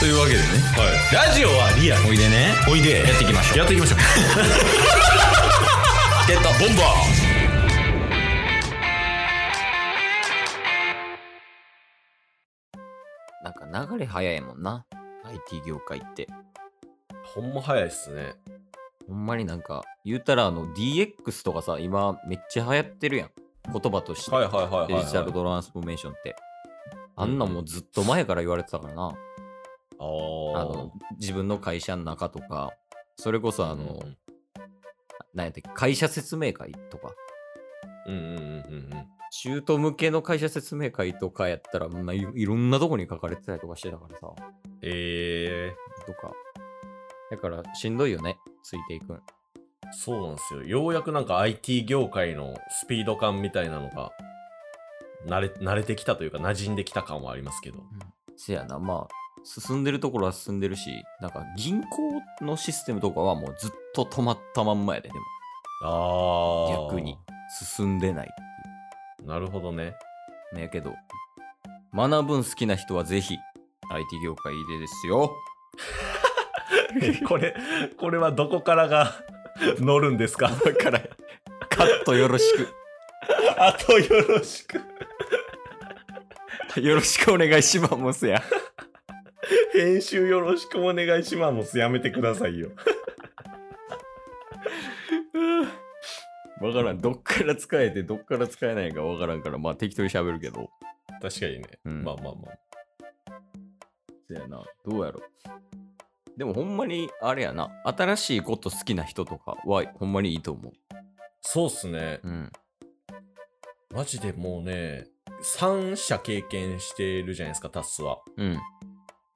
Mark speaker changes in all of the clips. Speaker 1: というわけでね
Speaker 2: はい。ラジオはリアル。
Speaker 1: おいでね
Speaker 2: おいで。
Speaker 1: やっていきましょう
Speaker 2: やっていきましょう。
Speaker 1: ゲットボンバ
Speaker 3: なんか流れ早いもんな。IT 業界って。
Speaker 2: ほんま早いっすね。
Speaker 3: ほんまになんか、言うたらあの DX とかさ、今めっちゃ流行ってるやん。言葉として。
Speaker 2: はいはいはいはいはい
Speaker 3: デジタルトランスフォーメーションって。あんなもうずっと前から言われてたからな。
Speaker 2: あー
Speaker 3: あの、自分の会社の中とか、それこそあ
Speaker 2: あ
Speaker 3: の、なんやったっけ会社説明会とか。
Speaker 2: うんうんうんうんうん。
Speaker 3: 中途向けの会社説明会とかやったら、まあ、いいろんなとこに書かれてたりとかしてたからさ。
Speaker 2: え
Speaker 3: とか。だから、しんどいよね。ついていくん。
Speaker 2: ー、そうなんですよ。ようやくなんか IT 業界のスピード感みたいなのが、慣れ、慣れてきたというか、馴染んできた感はありますけど。
Speaker 3: せやな、まあ、進んでるところは進んでるし、なんか銀行のシステムとかはもうずっと止まったまんまやで、で
Speaker 2: あ
Speaker 3: も
Speaker 2: あ。
Speaker 3: 逆に。進んでない。
Speaker 2: なるほどね。
Speaker 3: ねやけど、学ぶん好きな人はぜひ、IT 業界でですよ。
Speaker 2: これ、これはどこからが 乗るんですか
Speaker 3: だから、カットよろし
Speaker 2: あとよろしく。
Speaker 3: く。 よろしくお願いしますや。
Speaker 2: 編集よろしくお願いします。やめてください よ。
Speaker 3: わからん。どっから使えて、どっから使えないかわからんから、まあ適当に喋るけど。
Speaker 2: 確かにね。
Speaker 3: うん
Speaker 2: まあまあまあ。
Speaker 3: そやな、どうやろ。でもほんまに、あれやな、新しいこと好きな人とかはほんまにいいと思
Speaker 2: そうっすね
Speaker 3: う。。うん。
Speaker 2: マジでもうね、3社経験してるじゃないですか、タスは。
Speaker 3: うん。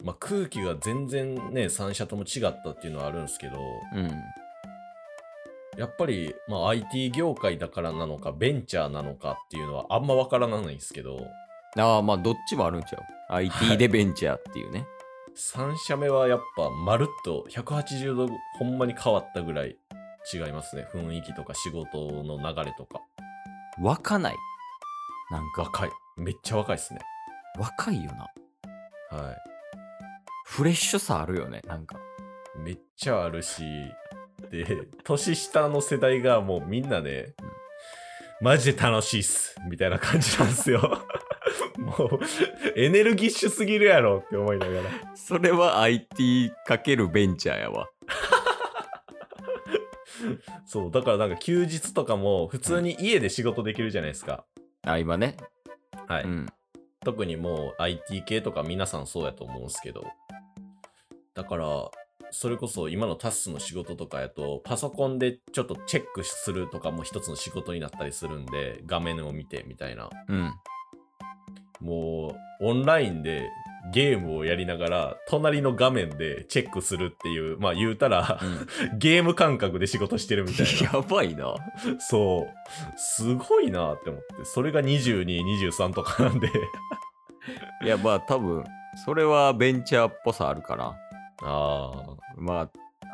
Speaker 2: まあ、空気が全然ね、3社とも違ったっていうのはあるんですけど、
Speaker 3: うん。
Speaker 2: やっぱり、まあ、IT 業界だからなのか、ベンチャーなのかっていうのはあんまわからないんですけど、
Speaker 3: ああ、まあどっちもあるんちゃう。IT でベンチャーっていうね。
Speaker 2: 3社目はやっぱまるっと180度ほんまに変わったぐらい違いますね。雰囲気とか仕事の流れとか。
Speaker 3: わかない。なんか、
Speaker 2: 若い。めっちゃ若いっすね。
Speaker 3: 若いよな。
Speaker 2: は
Speaker 3: フレッシュさあるよね、なんか。
Speaker 2: い。めっちゃあるし、で、年下の世代がもうみんなね、マジで楽しいっす。みたいな感じなんですよ。 もう、エネルギッシュすぎるやろって思いながら。
Speaker 3: それは IT かけるベンチャーやわ。
Speaker 2: そう、だからなんか休日とかも普通に家で仕事できるじゃないですか。
Speaker 3: あ、今ね。
Speaker 2: はい。
Speaker 3: うん。
Speaker 2: 特にもう IT 系とか皆さんそうやと思うんすけど。だから、それこそ今のタスの仕事とかやと、パソコンでちょっとチェックするとかも一つの仕事になったりするんで、画面を見てみたいな。
Speaker 3: うん。
Speaker 2: もう、オンラインでゲームをやりながら、隣の画面でチェックするっていう、まあ言うた ら、 ゲーム感覚で仕事してるみたい
Speaker 3: やばいな。
Speaker 2: な。そう。すごいなって思って。それが22、23とかなんで。
Speaker 3: いや、まあ多分、それはベンチャーっぽさあるかな。
Speaker 2: ああ。
Speaker 3: まあ、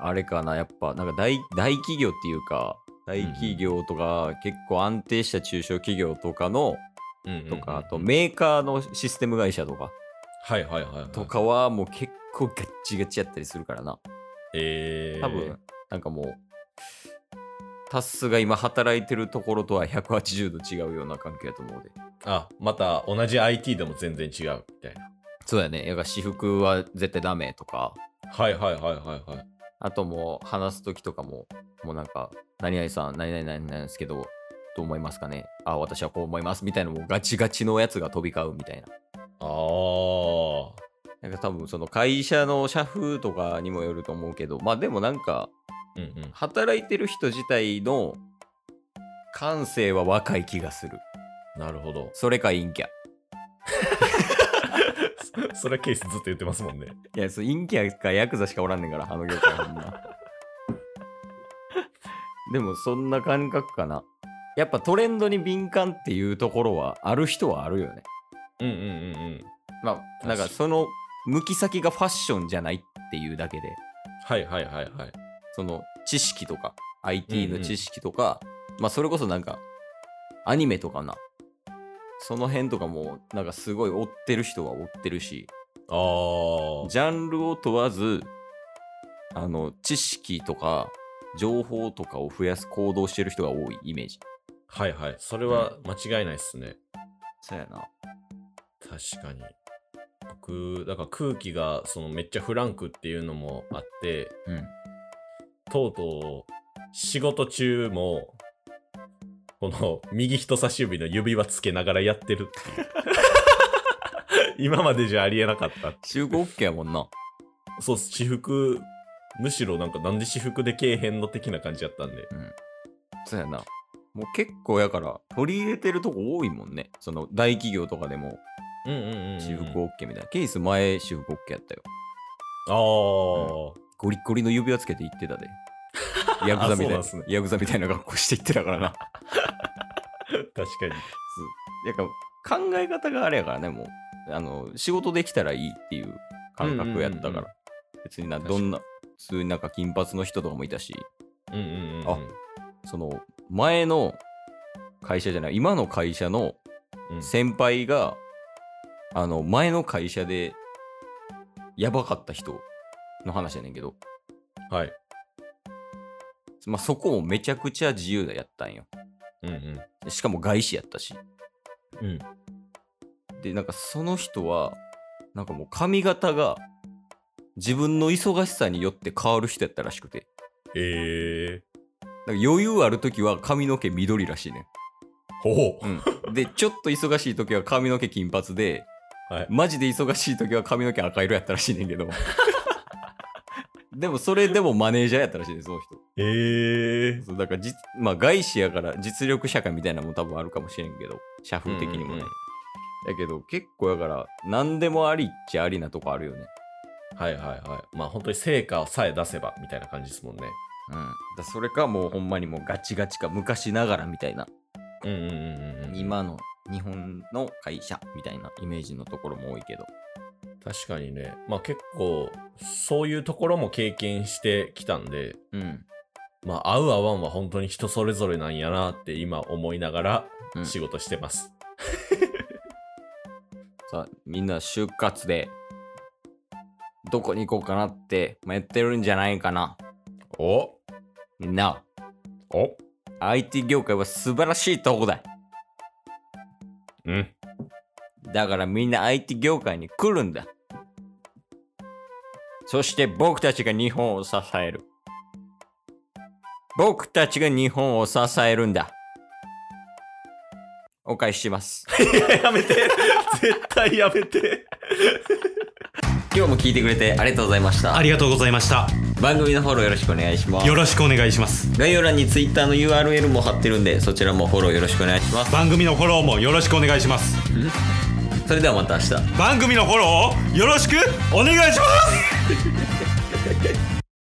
Speaker 3: あれかな、やっぱ、なんか大大企業っていうか、大企業とか、結構安定した中小企業とかの、
Speaker 2: うんうんうん
Speaker 3: とか、あとメーカーのシステム会社とか、
Speaker 2: はいはいはい、はい。
Speaker 3: とかはもう結構ガッチガチやったりするからな。
Speaker 2: えー、
Speaker 3: 多分、なんかもう、タスが今働いてるところとは180度違うような関係やと思うで。
Speaker 2: あまた同じ IT でも全然違うみたいな
Speaker 3: そうやね。やっぱ私服は絶対ダメとか、
Speaker 2: はいはいはいはいはい
Speaker 3: あともう話すときとかも、もうなんか、何々さん、何々なんですけど、どう思いますかねあ、私はこう思います。みたいな、もうガチガチのやつが飛び交うみたいな。
Speaker 2: あー
Speaker 3: なんか多分その会社の社風とかにもよると思うけど、まあでもなんか、
Speaker 2: うんうん
Speaker 3: 働いてる人自体の感性は若い気がする。
Speaker 2: なるほど
Speaker 3: それか陰キャ。
Speaker 2: それはケースずっと言ってますもんね
Speaker 3: いや、そう陰キャかヤクザしかおらんねんから、あの業界ほんま。 でも、そんな感覚かな。やっぱトレンドに敏感っていうところは、ある人はあるよね。
Speaker 2: うんうんうんうん
Speaker 3: まあ、なんかその向き先がファッションじゃないっていうだけで、
Speaker 2: はいはいはいはい
Speaker 3: その知識とか、IT の知識とか、まあ、それこそなんか、アニメとかな。その辺とかも、なんかすごい追ってる人は追ってるし、
Speaker 2: あー
Speaker 3: ジャンルを問わず、あの、知識とか、情報とかを増やす行動してる人が多いイメージ。
Speaker 2: はいはい。それは間違いないっすね。
Speaker 3: そうやな。
Speaker 2: 確かに。僕、だから空気がそのめっちゃフランクっていうのもあって、
Speaker 3: うん。
Speaker 2: とうとう仕事中も、この右人差し指の指輪つけながらやってるっていう 今までじゃありえなかった。
Speaker 3: 中国 OK やもんな。
Speaker 2: そうっす、私服、むしろなんかなんで私服でけえへんの的な感じやったんで。
Speaker 3: そうやな。もう結構やから、取り入れてるとこ多いもんね。その、大企業とかでも、
Speaker 2: うんうんうん、うん。
Speaker 3: 私服 OK みたいな。ケース前、私服 OK やったよ。
Speaker 2: ああ、
Speaker 3: ゴリッゴリの指輪つけて行って たで。ヤクザ
Speaker 2: あ
Speaker 3: みたいな、
Speaker 2: そうなんすね
Speaker 3: ヤクザみたいな格好して行ってたからな。
Speaker 2: 確かに。
Speaker 3: やか考え方があれやからねもうあの仕事できたらいいっていう感覚やったから、
Speaker 2: うんうんうん
Speaker 3: 別にな
Speaker 2: 確か
Speaker 3: ど
Speaker 2: に
Speaker 3: んな普通になんか金髪の人とかもいたし
Speaker 2: うんうんうんうん。
Speaker 3: あその前の会社じゃない今の会社の
Speaker 2: うん
Speaker 3: 先輩が、あの前の会社でやばかった人の話やねんけど、
Speaker 2: はい。
Speaker 3: まあ、そこもめちゃくちゃ自由だやったんよ
Speaker 2: うんうん。
Speaker 3: しかも外資やったし
Speaker 2: うん
Speaker 3: でなんかその人はなんかもう髪型が自分の忙しさによって変わる人やったらしくて
Speaker 2: ええ
Speaker 3: なんか余裕ある時は髪の毛緑らしいね
Speaker 2: ほほう。
Speaker 3: ん、うん、 でちょっと忙しい時は髪の毛金髪で、
Speaker 2: はい
Speaker 3: マジで忙しい時は髪の毛赤色やったらしいねんけ どでもそれでもマネージャーやったらしいねその人
Speaker 2: ええ
Speaker 3: そうだからじ、まあ、外資やから実力社会みたいなのも多分あるかもしれんけど社風的にもね、
Speaker 2: うんうんうん
Speaker 3: だけど結構やから何でもありっちゃありなとこあるよね
Speaker 2: はいはいはい。まあ本当に成果さえ出せばみたいな感じですもんね。
Speaker 3: うん、だそれかもうほんまにもうガチガチか昔ながらみたいな、
Speaker 2: うんうんうんうん。
Speaker 3: 今の日本の会社みたいなイメージのところも多いけど
Speaker 2: 確かにね。まあ結構、そういうところも経験してきたんで、
Speaker 3: うん、
Speaker 2: まあ合う合わんは本当に人それぞれなんやなって今思いながら
Speaker 3: うん
Speaker 2: 仕事してます。
Speaker 3: さあみんな就活でどこに行こうかなってやってるんじゃないかな
Speaker 2: お
Speaker 3: みんな
Speaker 2: お
Speaker 3: IT 業界は素晴らしいとこだ
Speaker 2: うん。
Speaker 3: だからみんな IT 業界に来るんだそして僕たちが日本を支える僕たちが日本を支えるんだお返しします
Speaker 2: やめて絶対やめて
Speaker 3: 今日も聞いてくれてありがとうございました
Speaker 1: ありがとうございました。
Speaker 3: 番組のフォローよろしくお願いします
Speaker 1: よろしくお願いします。
Speaker 3: 概要欄に Twitter の URL も貼ってるんでそちらもフォローよろしくお願いします
Speaker 1: 番組のフォローもよろしくお願いします。
Speaker 3: それではまた明日
Speaker 1: 番組のフォローをよろしくお願いします